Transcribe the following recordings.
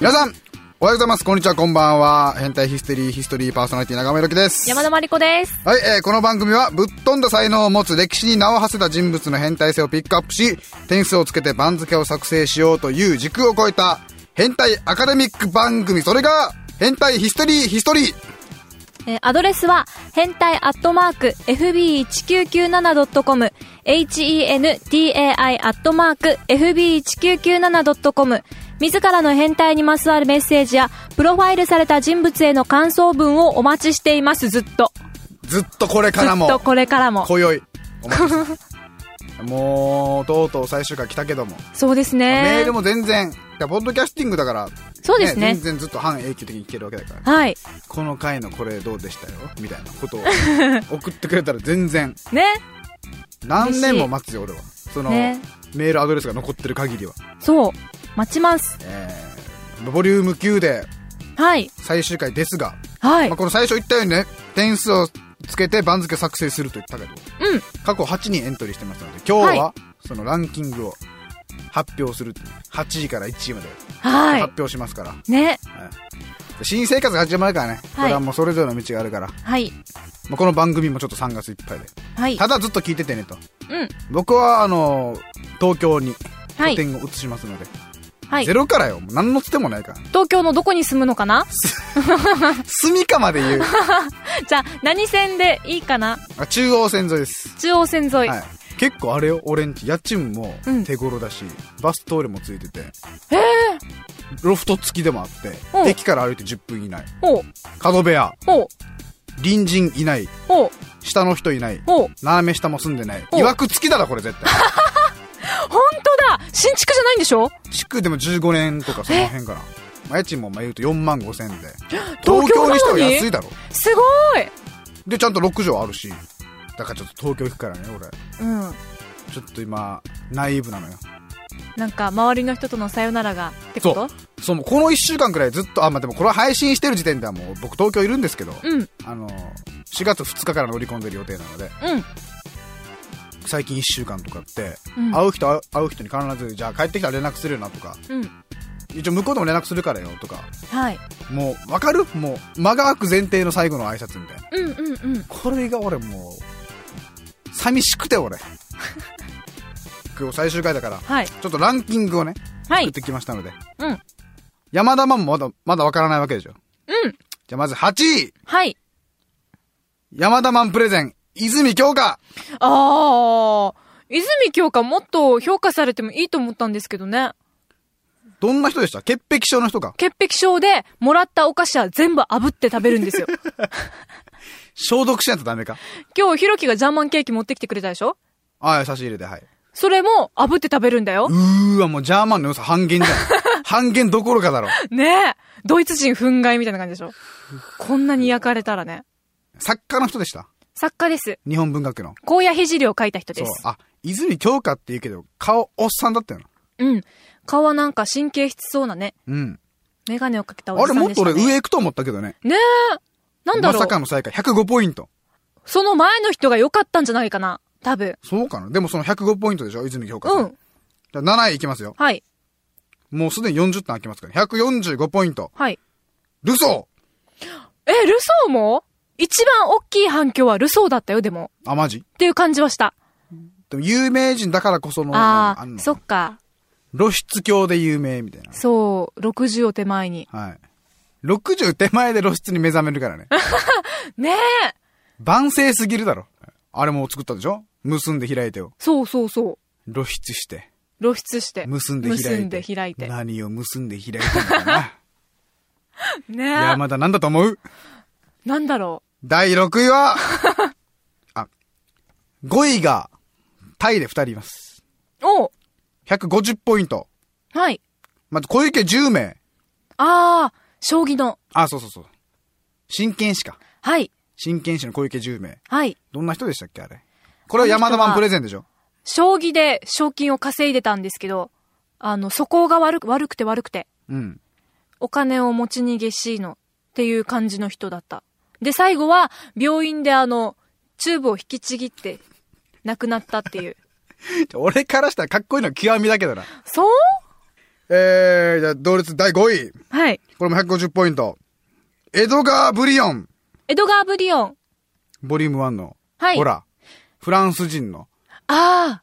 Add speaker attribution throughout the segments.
Speaker 1: 皆さん、おはようございます。こんにちは、こんばんは。変態ヒステリーヒストリーパーソナリティ長村樹です。
Speaker 2: 山田真理子です。
Speaker 1: はい、えーこの番組はぶっ飛んだ才能を持つ歴史に名を馳せた人物の変態性をピックアップし、点数をつけて番付を作成しようという軸を超えた変態アカデミック番組、それが変態ヒストリーヒストリー
Speaker 2: えーアドレスは、変態アットマーク、fb1997.com、hentai アットマーク、fb1997.com、自らの変態にまつわるメッセージや、プロファイルされた人物への感想文をお待ちしています、ずっと。
Speaker 1: ずっとこれ
Speaker 2: ず
Speaker 1: から
Speaker 2: っ
Speaker 1: も、
Speaker 2: とこれからも。
Speaker 1: 今宵、お待ちしてますもう、とうとう最終回来たけども、
Speaker 2: そうですね。
Speaker 1: メールも全然、いやポッドキャスティングだから、
Speaker 2: そうですね
Speaker 1: 全然ずっと半永久的に聞けるわけだから、
Speaker 2: はい。
Speaker 1: この回のこれどうでしたよみたいなことを送ってくれたら全然、
Speaker 2: ね。
Speaker 1: 何年も待つよ俺はその、
Speaker 2: ね
Speaker 1: メールアドレスが残ってる限りは、
Speaker 2: そう。待ちます。
Speaker 1: えー、ボリューム9で
Speaker 2: はい。
Speaker 1: 最終回ですが、
Speaker 2: はい
Speaker 1: まあ、。この最初言ったようにね点数をつけて番付作成すると言ったけど
Speaker 2: うん。
Speaker 1: 過去8人エントリーしてますので今日は
Speaker 2: は
Speaker 1: そのランキングを発表する8位から1位まで
Speaker 2: は
Speaker 1: 発表しますから、
Speaker 2: い。ね。
Speaker 1: はい新生活が始まるからね、これはもうそれぞれの道があるから、ま
Speaker 2: はい。
Speaker 1: あ、この番組もちょっと3月いっぱいで
Speaker 2: はい。
Speaker 1: ただずっと聞いててねと
Speaker 2: うん。
Speaker 1: 僕はあの東京に
Speaker 2: は
Speaker 1: 拠
Speaker 2: い。
Speaker 1: 点を移しますので、
Speaker 2: はい
Speaker 1: ゼ。ロからよもう何のつてもないから
Speaker 2: 東京のどこに住むのかな
Speaker 1: 住処まで言う
Speaker 2: じゃあ、何線でいいかな
Speaker 1: あ中央線沿いです、
Speaker 2: 中央線沿い。
Speaker 1: はい、結構あれよ俺んち家賃も
Speaker 2: うん
Speaker 1: 手頃だし、バストイレもついてて
Speaker 2: へえ
Speaker 1: ロフト付きでもあって
Speaker 2: うん
Speaker 1: 駅から歩いて10分以内
Speaker 2: おう、
Speaker 1: 角部屋
Speaker 2: おう、
Speaker 1: 隣人いない
Speaker 2: おう、
Speaker 1: 下の人いない
Speaker 2: おう。
Speaker 1: 斜め下も住んでない
Speaker 2: お
Speaker 1: いわく付きだなこれ絶対
Speaker 2: ほんとだ新築じゃないんでしょ
Speaker 1: 築でも15年とかその辺かなまあ家賃もまあ言うと4万5千で
Speaker 2: 東
Speaker 1: 東京
Speaker 2: 京
Speaker 1: に
Speaker 2: な
Speaker 1: して
Speaker 2: の
Speaker 1: は
Speaker 2: に
Speaker 1: 安いだろ
Speaker 2: すごい
Speaker 1: でちゃんと6畳あるしだからちょっと東京行くからね俺
Speaker 2: うん。
Speaker 1: ちょっと今ナイーブなのよ
Speaker 2: なんか、周りの人とのさよならが、ってこ
Speaker 1: そ
Speaker 2: と
Speaker 1: うそうもうこの1週間くらいずっとあまあでもこれは配信してる時点ではもう僕東京いるんですけど、
Speaker 2: うん、うん。
Speaker 1: あの4月2日から乗り込んでる予定なので最近1週間とかって、
Speaker 2: うん
Speaker 1: 会う人会う会う人に必ずじゃあ帰ってきたら連絡するよなとか
Speaker 2: うん。
Speaker 1: 一応向こうでも連絡するからよとか
Speaker 2: はい。
Speaker 1: もう分かるもう間が空く前提の最後の挨拶みたいな
Speaker 2: うん、うん、うん。
Speaker 1: これが俺もう寂しくて 俺今日最終回だから
Speaker 2: はい。
Speaker 1: ちょっとランキングをね
Speaker 2: は
Speaker 1: 作っ
Speaker 2: い。
Speaker 1: てきましたので、
Speaker 2: うん。
Speaker 1: 山田マンもまだ、まだわからないわけでしょ。
Speaker 2: うん。
Speaker 1: じゃあまず8位、
Speaker 2: はい。
Speaker 1: 山田マンプレゼン、泉京香。
Speaker 2: あー。泉京香もっと評価されてもいいと思ったんですけどね。
Speaker 1: どんな人でした潔癖症の人か。
Speaker 2: 潔癖症で、もらったお菓子は全部炙って食べる んですよ。
Speaker 1: 消毒しないとダメか。
Speaker 2: 今日、ひろきがジャーマンケーキ持ってきてくれたでしょ
Speaker 1: ああ、差し入れて、はい。
Speaker 2: それも炙って食べるんだよ。
Speaker 1: うーわ、もうジャーマンの良さ半減じ ゃん。半減どころかだろ。
Speaker 2: ねえ。ドイツ人憤慨みたいな感じでしょ。こんなに焼かれたらね。
Speaker 1: 作家の人でした。
Speaker 2: 作家です。
Speaker 1: 日本文学の。
Speaker 2: 荒野聖を書いた人
Speaker 1: そ
Speaker 2: で
Speaker 1: う
Speaker 2: す。。
Speaker 1: あ、泉京香って言うけど、顔おっさんだったよな。
Speaker 2: うん。顔はなんか神経質そうなね。
Speaker 1: うん。
Speaker 2: メガネをかけたお
Speaker 1: あ
Speaker 2: じ
Speaker 1: れ
Speaker 2: さん
Speaker 1: もっ
Speaker 2: で
Speaker 1: と
Speaker 2: した、ね。
Speaker 1: 俺上行くと思ったけどね。
Speaker 2: ねえ。なんだ
Speaker 1: ま
Speaker 2: ろう
Speaker 1: さ。かの最下位、105ポイント。
Speaker 2: その前の人が良かったんじゃないかな。多分。
Speaker 1: そうかなでもその105ポイントでしょ泉京香さ。
Speaker 2: うんん。
Speaker 1: じゃあ7位いきますよ。
Speaker 2: はい。
Speaker 1: もうすでに40点開きますから、145ポイント。
Speaker 2: はい。
Speaker 1: ルソ
Speaker 2: え、ルソーも一番大きい反響はルソーだったよ、でも。
Speaker 1: ーあ、マジ
Speaker 2: っていう感じはした。
Speaker 1: でも有名人だからこその、
Speaker 2: あ
Speaker 1: ん
Speaker 2: あ、
Speaker 1: の
Speaker 2: そっか。
Speaker 1: 露出狂で有名みたいな。
Speaker 2: そう、60を手前に。
Speaker 1: はい。60手前で露出に目覚めるから ね。
Speaker 2: ねえ
Speaker 1: 万世すぎるだろ。あれも作ったでしょ結んで開いてを。
Speaker 2: そうそうそう。
Speaker 1: 露出して。
Speaker 2: 露出して。
Speaker 1: 結んで開いて。
Speaker 2: 結んで開いて。
Speaker 1: 何を結んで開いてんのか な。
Speaker 2: ね
Speaker 1: いや、まだなんだと思う
Speaker 2: なんだろ
Speaker 1: 第6位 は、あ、5位が、タイで2人います。
Speaker 2: う。おう
Speaker 1: 150ポイント。
Speaker 2: はい。
Speaker 1: まず小池10名。
Speaker 2: ああ、将棋の。
Speaker 1: あ、そうそうそう。真剣士か。
Speaker 2: はい。
Speaker 1: 真剣士の小池10名。
Speaker 2: はい。
Speaker 1: どんな人でしたっけあれ。これは山田マンプレゼンでしょ
Speaker 2: 将棋で賞金を稼いでたんですけど、あの、素行が悪く、悪くて悪くて、
Speaker 1: うん。
Speaker 2: お金を持ち逃げしいの、っていう感じの人だった。で、最後は、病院であの、チューブを引きちぎって、亡くなったっていう。
Speaker 1: 俺からしたらかっこいいのは極みだけどな。
Speaker 2: そう
Speaker 1: えー、じゃあ、同率第5位。
Speaker 2: はい。
Speaker 1: これも150ポイント。エドガー・ブリオン。
Speaker 2: エドガー・ブリオン。
Speaker 1: ボリューム1の。
Speaker 2: はい
Speaker 1: ほら、フランス人の
Speaker 2: ああ。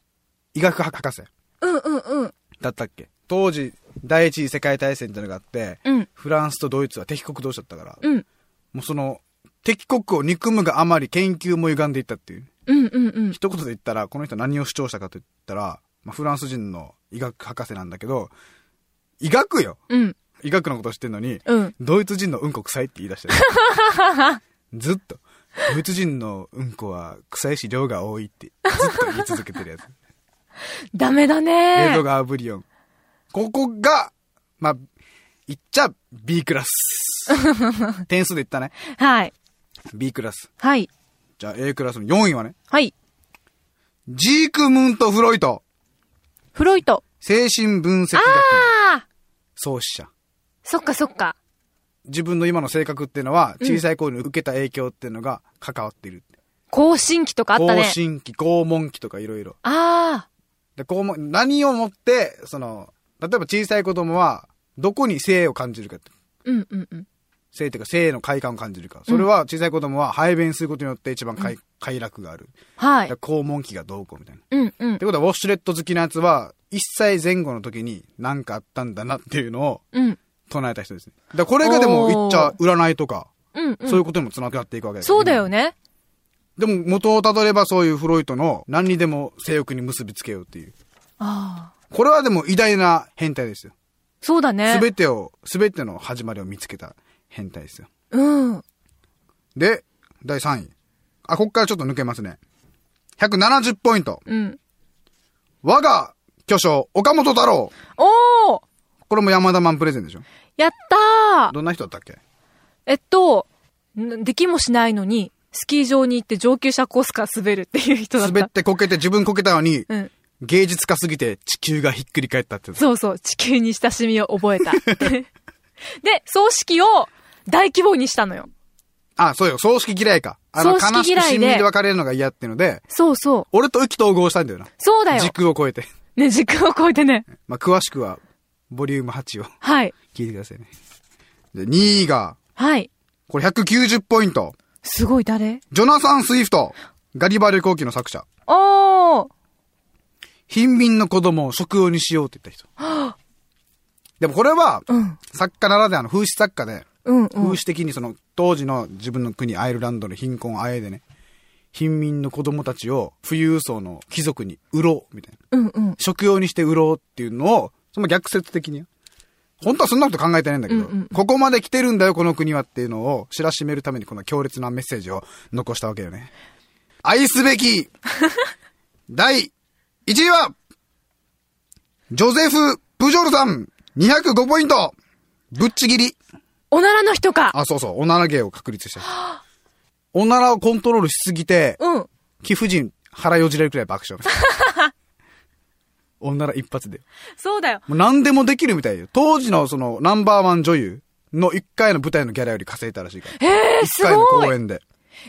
Speaker 1: 医学博士
Speaker 2: うんうんうん。
Speaker 1: だったっけ当時、第一次世界大戦ってのがあって、
Speaker 2: うん
Speaker 1: フランスとドイツは敵国同士だったから、
Speaker 2: うん。
Speaker 1: もうその、敵国を憎むがあまり研究も歪んでいったっていう。
Speaker 2: うんうんうん。
Speaker 1: 一言で言ったら、この人何を主張したかと言ったら、まあ、フランス人の医学博士なんだけど、医学よ
Speaker 2: うん。
Speaker 1: 医学のこと知ってんのに、
Speaker 2: うん。
Speaker 1: ドイツ人のうんこ臭いって言い出してる。ずっと。ドイツ人のうんこは臭いし量が多いって、ずっと言い続けてるやつ。
Speaker 2: ダメだ
Speaker 1: レド
Speaker 2: ね。
Speaker 1: ガーブリオン。ここが、まあ、言っちゃ B クラス。点数で言ったね。
Speaker 2: はい。
Speaker 1: B クラス。
Speaker 2: はい。
Speaker 1: じゃあ A クラスの4位はね、
Speaker 2: はい。
Speaker 1: ジーク・ムント・フロイト、
Speaker 2: フロイト。
Speaker 1: 精神分析学
Speaker 2: ああ。
Speaker 1: 創始者。
Speaker 2: そっかそっか。
Speaker 1: 自分の今の性格っていうのは、小さい頃に受けた影響っていうのが関わっている。
Speaker 2: 更新期とかあった
Speaker 1: 更
Speaker 2: ね。
Speaker 1: 新期、拷問期とかいろいろ。
Speaker 2: ああ。
Speaker 1: で、こうも、何をもって、その、例えば小さい子供は、どこに性を感じるかって。
Speaker 2: うんうんうん。
Speaker 1: 性っていうか性の快感を感じるか。それは小さい子供は排便することによって一番快,、快楽がある。だ
Speaker 2: は
Speaker 1: か
Speaker 2: い
Speaker 1: ら。肛門期がどうこうみたいな。っ
Speaker 2: うんうん
Speaker 1: て。ことはウォシュレット好きなやつは、1歳前後の時に何かあったんだなっていうのを
Speaker 2: うん。
Speaker 1: 唱えた人ですね。だからこれがでも言っちゃ占いとか、
Speaker 2: うんう。
Speaker 1: そういうんことにも繋がっていくわけです、
Speaker 2: そうだよ。ね。
Speaker 1: でも元をたどればそういうフロイトの何にでも性欲に結びつけようっていう。
Speaker 2: ああ。
Speaker 1: これはでも偉大な変態ですよ。
Speaker 2: そうだね
Speaker 1: す。べてを、すべての始まりを見つけた変態ですよ。
Speaker 2: うん。
Speaker 1: で、第3位。あ、こっからちょっと抜けますね。170ポイント。
Speaker 2: うん。
Speaker 1: 我が巨匠、岡本太郎。
Speaker 2: おー
Speaker 1: これも山田マンプレゼンでしょ。
Speaker 2: やったー
Speaker 1: どんな人だったっけ
Speaker 2: えっと、んできもしないのに、スキー場に行って上級者コースから滑るっていう人だった。
Speaker 1: 滑ってこけて自分こけたのに、
Speaker 2: うん。
Speaker 1: 芸術家すぎて地球がひっくり返ったってやつ。
Speaker 2: そうそう、地球に親しみを覚 えた。で、葬式を大規模にしたのよ。
Speaker 1: あ、そうよ。葬式嫌いか。あの、
Speaker 2: 葬式
Speaker 1: 悲しく
Speaker 2: 嫌
Speaker 1: 死
Speaker 2: い
Speaker 1: ん
Speaker 2: で
Speaker 1: で別れるのが嫌ってので、
Speaker 2: そうそう。
Speaker 1: 俺と意気投合したんだよな。
Speaker 2: そうだよ
Speaker 1: 時。空を超えて。
Speaker 2: ね、時間を超えてね。
Speaker 1: まあ、詳しくは、ボリューム8を
Speaker 2: はい。
Speaker 1: 聞いてくださいね。で、2位が、
Speaker 2: はい。
Speaker 1: これ190ポイント。
Speaker 2: すごい、誰
Speaker 1: ジョナサン・スウィフト。ガリバー旅行記の作者。
Speaker 2: おー
Speaker 1: 貧民の子供を食用にしようって言った 人。でもこれは、
Speaker 2: うん。
Speaker 1: 作家ならではの風刺作家で、
Speaker 2: うん、う
Speaker 1: 風
Speaker 2: ん
Speaker 1: 刺。的にその当時の自分の国アイルランドの貧困あえでね、貧民の子供たちを富裕層の貴族に売ろう、みたいな。
Speaker 2: うん、うん。
Speaker 1: 食用にして売ろうっていうのを、その逆説的に。本当はそんなこと考えてないんだけど、
Speaker 2: うんうん
Speaker 1: ここまで来てるんだよ、この国はっていうのを知らしめるためにこの強烈なメッセージを残したわけよね。 愛すべき 第1位は、ジョゼフ・プジョルさん、205ポイントぶっちぎり。
Speaker 2: おならの人か。
Speaker 1: あ、そうそう、おなら芸を確立した 人。おならをコントロールしすぎて、
Speaker 2: うん。
Speaker 1: 貴婦人腹よじれるくらい爆 笑。おなら一発で。
Speaker 2: そうだよ。
Speaker 1: もう何でもできるみたいよ。当時のそのナンバーワン女優の1回の舞台のギャラより稼いだらしいから。
Speaker 2: えー、
Speaker 1: 1
Speaker 2: す
Speaker 1: 回の
Speaker 2: ごい
Speaker 1: 公演で。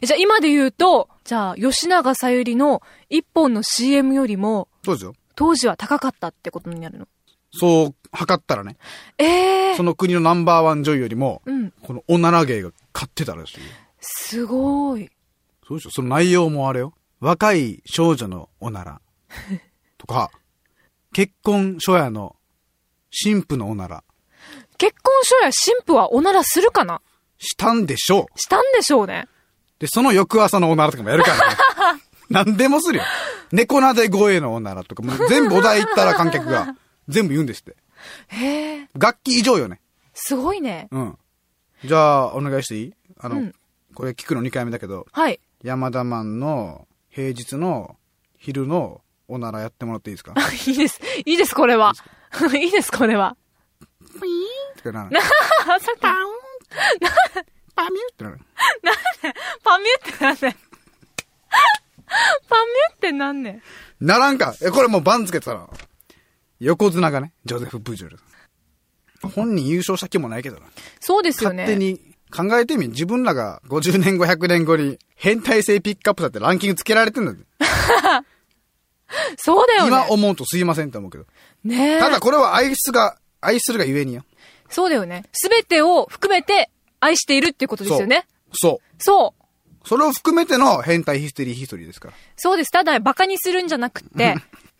Speaker 2: じゃあ今で言うと、じゃあ吉永さゆりの一本の CM よりも
Speaker 1: そうですよ。
Speaker 2: 当時は高かったってことになるの。
Speaker 1: そう測ったらね、
Speaker 2: ええ
Speaker 1: その国のナンバーワン女優よりも、
Speaker 2: うん。
Speaker 1: このおなら芸が勝ってたらしいよ。
Speaker 2: すごい。
Speaker 1: そうでしょその内容もあれよ。若い少女のお なら。とか、結婚初夜の神父のおなら。
Speaker 2: 結婚書や新婦はおならするかな
Speaker 1: したんでしょう。
Speaker 2: したんでしょうね。
Speaker 1: で、その翌朝のおならとかもやるからね。 何でもするよ。猫なで声のおならとか、もう全部お題言ったら観客が全部言うんですって。
Speaker 2: へえ、
Speaker 1: 楽器以上よね。
Speaker 2: すごいね。
Speaker 1: うん。じゃあ、お願いしていいあの、
Speaker 2: うん
Speaker 1: これ聞くの2回目だけど、
Speaker 2: はい。
Speaker 1: 山田マンの平日の昼のおならやってもらっていいですか
Speaker 2: いいです。いいです、これは。 いいです、これは。
Speaker 1: って な。
Speaker 2: あ、さっき、パ
Speaker 1: パミュってなる。
Speaker 2: ミュってなんねん。パミュってなんねん。
Speaker 1: ならんか。え、これもう番付つけてたら。横綱がね、ジョゼフ・ブジョル。本人優勝した気もないけどな。
Speaker 2: そうですよ
Speaker 1: 勝手
Speaker 2: ね。
Speaker 1: に考えてみ、自分らが50年後、100年後に変態性ピックアップだってランキングつけられてんだぜ。
Speaker 2: そうだよ
Speaker 1: 今
Speaker 2: ね。
Speaker 1: 思うとすいませんって思うけど。
Speaker 2: ねえ。
Speaker 1: ただこれは愛すが、愛するがゆえによ。
Speaker 2: そうだよね。すべてを含めて愛しているっていうことですよね。
Speaker 1: そう。
Speaker 2: そう。
Speaker 1: それを含めての変態ヒステリーヒストリーですから。
Speaker 2: そうです。ただ、バカにするんじゃなくって、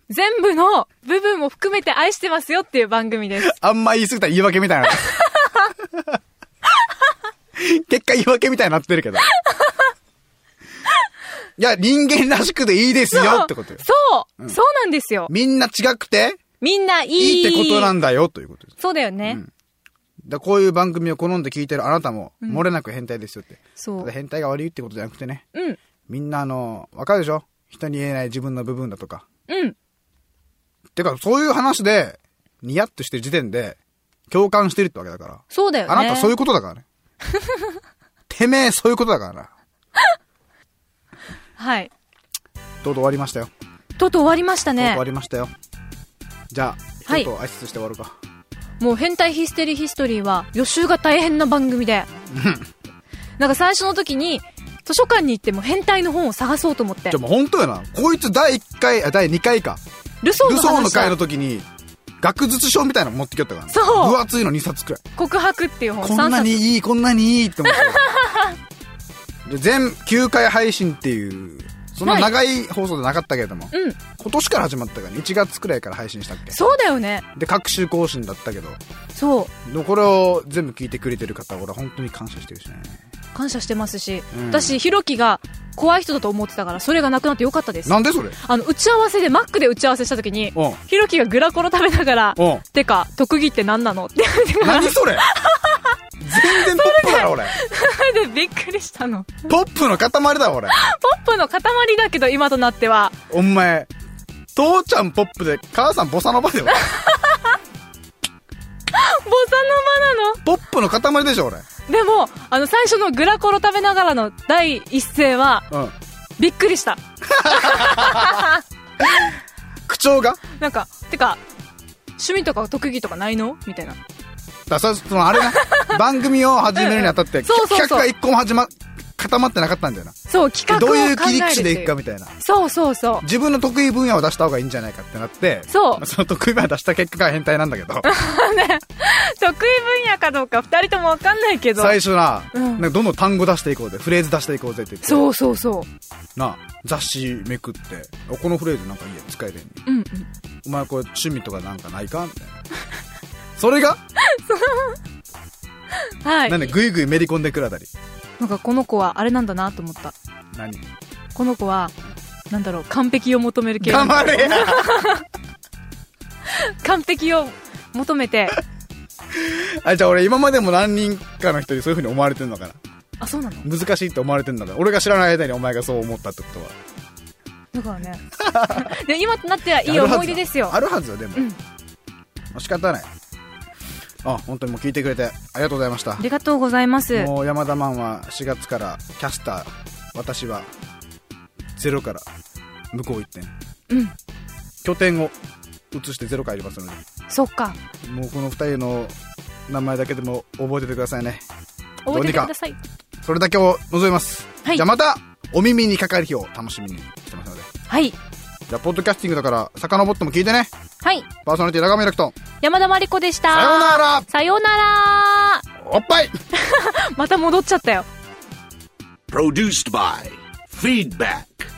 Speaker 2: 全部の部分も含めて愛してますよっていう番組です。
Speaker 1: あんま言い過ぎたら言い訳みたい な。結果言い訳みたいになってるけど。いや、人間らしくでい いですよってことよ。
Speaker 2: そう、そうなんですよ。
Speaker 1: みんな違くて
Speaker 2: みんないい。
Speaker 1: いいってことなんだよということです。
Speaker 2: そうだよね。
Speaker 1: だこういう番組を好んで聞いてるあなたも、漏れなく変態ですよって。
Speaker 2: そう
Speaker 1: ただ変態が悪いってことじゃなくてね。
Speaker 2: うん。
Speaker 1: みんなあの、わかるでしょ人に言えない自分の部分だとか。
Speaker 2: うん。
Speaker 1: てか、そういう話で、ニヤッとしてる時点で、共感してるってわけだから。
Speaker 2: そうだよね。
Speaker 1: あなたそういうことだ からね。てめえそういうことだからな。
Speaker 2: はい。
Speaker 1: とうとう終わりましたよ。
Speaker 2: とうとう終わりました
Speaker 1: とうとう
Speaker 2: ね
Speaker 1: 終わ。りましたよ。じゃあ、
Speaker 2: は
Speaker 1: ちょ
Speaker 2: い
Speaker 1: っと挨拶して終わるか。
Speaker 2: もう変態ヒステリーヒストリーは予習が大変な番組 で。なんか最初の時に、図書館に行っても変態の本を探そうと思っ
Speaker 1: じ
Speaker 2: て
Speaker 1: ゃあ。もう本当やな。こいつ第1回、あ、第2回か。
Speaker 2: ルソー
Speaker 1: ル
Speaker 2: の
Speaker 1: ソーの
Speaker 2: 話
Speaker 1: 回
Speaker 2: だ
Speaker 1: の時に、学術書みたいなの持ってきよったから、ね、
Speaker 2: そう
Speaker 1: 分厚いの2冊くらい。
Speaker 2: 告白っていう本
Speaker 1: こんなに
Speaker 2: 3冊。
Speaker 1: いい、こんなにいいって思ってたで全9回配信っていう、そんな長い放送でなかったけれども、
Speaker 2: うん。
Speaker 1: 今年から始まったからね。1月くらいから配信したっけ。
Speaker 2: そうだよね。
Speaker 1: で、各週更新だったけど、
Speaker 2: そう。
Speaker 1: でもこれを全部聞いてくれてる方俺は本当に感謝してるしね
Speaker 2: 感謝してますし、
Speaker 1: うん
Speaker 2: 私ひろきが怖い人だと思ってたからそれがなくなってよかったです
Speaker 1: なんでそれ
Speaker 2: あの打ち合わせでマックで打ち合わせした時に
Speaker 1: うん
Speaker 2: ひろきがグラコロ食べながら
Speaker 1: うん
Speaker 2: 「てか特技って何なの?」って言わ れてから
Speaker 1: 何それ全然ポップだろ俺
Speaker 2: それでびっくりしたのポ
Speaker 1: ポップの塊だ俺
Speaker 2: ップの塊だけど今となっては
Speaker 1: お前父ちゃんポップで母さんボサノバだよ俺
Speaker 2: ボサノバなの
Speaker 1: ポップの塊でしょ俺
Speaker 2: でもあの最初のグラコロ食べながらの第一声は
Speaker 1: うん
Speaker 2: びっくりした
Speaker 1: 口調が
Speaker 2: なんか「てか趣味とか特技とかないの?」みたいな
Speaker 1: だそれそのあれ な番組を始めるにあたって
Speaker 2: うんそうそうそう
Speaker 1: 企画が一個も始ま固まってなかったんだよな
Speaker 2: そう企画を
Speaker 1: ど
Speaker 2: 考
Speaker 1: う
Speaker 2: える
Speaker 1: いう切り口で
Speaker 2: って
Speaker 1: いくかみたいな
Speaker 2: そうそうそう
Speaker 1: 自分の得意分野を出した方がいいんじゃないかってなって
Speaker 2: そ
Speaker 1: ま
Speaker 2: う
Speaker 1: あその得意分野出した結果が変態なんだ けど
Speaker 2: 得意分野かどうか2人とも分かんないけど
Speaker 1: 最初な、
Speaker 2: うん
Speaker 1: なんかどんどん単語出していこうぜ、フレーズ出していこうぜって言って、
Speaker 2: そうそうそ
Speaker 1: なあ、雑誌めくって、あこのフレーズなんかいいや、使えるんね
Speaker 2: ううんうん
Speaker 1: お前これ趣味とかなんかないかみたい な。それが、
Speaker 2: はい
Speaker 1: なんでぐいぐいめり込んでくるあたり。
Speaker 2: なんかこの子はあれなんだなと思った
Speaker 1: 何
Speaker 2: この子はなんだろう完璧を求める系
Speaker 1: 黙れや
Speaker 2: 完璧を求めて
Speaker 1: あ、じゃあ俺今までも何人かの人にそういう風に思われてんのかな
Speaker 2: あそうなの
Speaker 1: 難しいって思われてんのかな俺が知らない間にお前がそう思ったってことは。
Speaker 2: だから ねで今となってはいい
Speaker 1: あるはずだ
Speaker 2: 思い出ですよ
Speaker 1: あるはずよ、でも。
Speaker 2: うん
Speaker 1: まあ仕方ない。あ、本当にもう聞いてくれてありがとうございました
Speaker 2: あ。りがとうございます
Speaker 1: もう山田マンは4月からキャスター私はゼロから向こう1点
Speaker 2: うん
Speaker 1: 拠点を移してゼロから入りますので
Speaker 2: そっか
Speaker 1: もうこの2人の名前だけでも覚えててくださいね
Speaker 2: 覚えて
Speaker 1: どうに
Speaker 2: て
Speaker 1: か
Speaker 2: ください
Speaker 1: それだけを望みます、
Speaker 2: はい
Speaker 1: じゃあまたお耳にかかる日を楽しみにしてますので
Speaker 2: はい
Speaker 1: じゃあポッドキャスティングだから遡っても聞いてね
Speaker 2: はい
Speaker 1: パーソナリティ長見楽と
Speaker 2: 山田真理子でした
Speaker 1: さようなら
Speaker 2: さようなら
Speaker 1: おっぱい
Speaker 2: また戻っちゃったよ
Speaker 3: Produced by Feedback.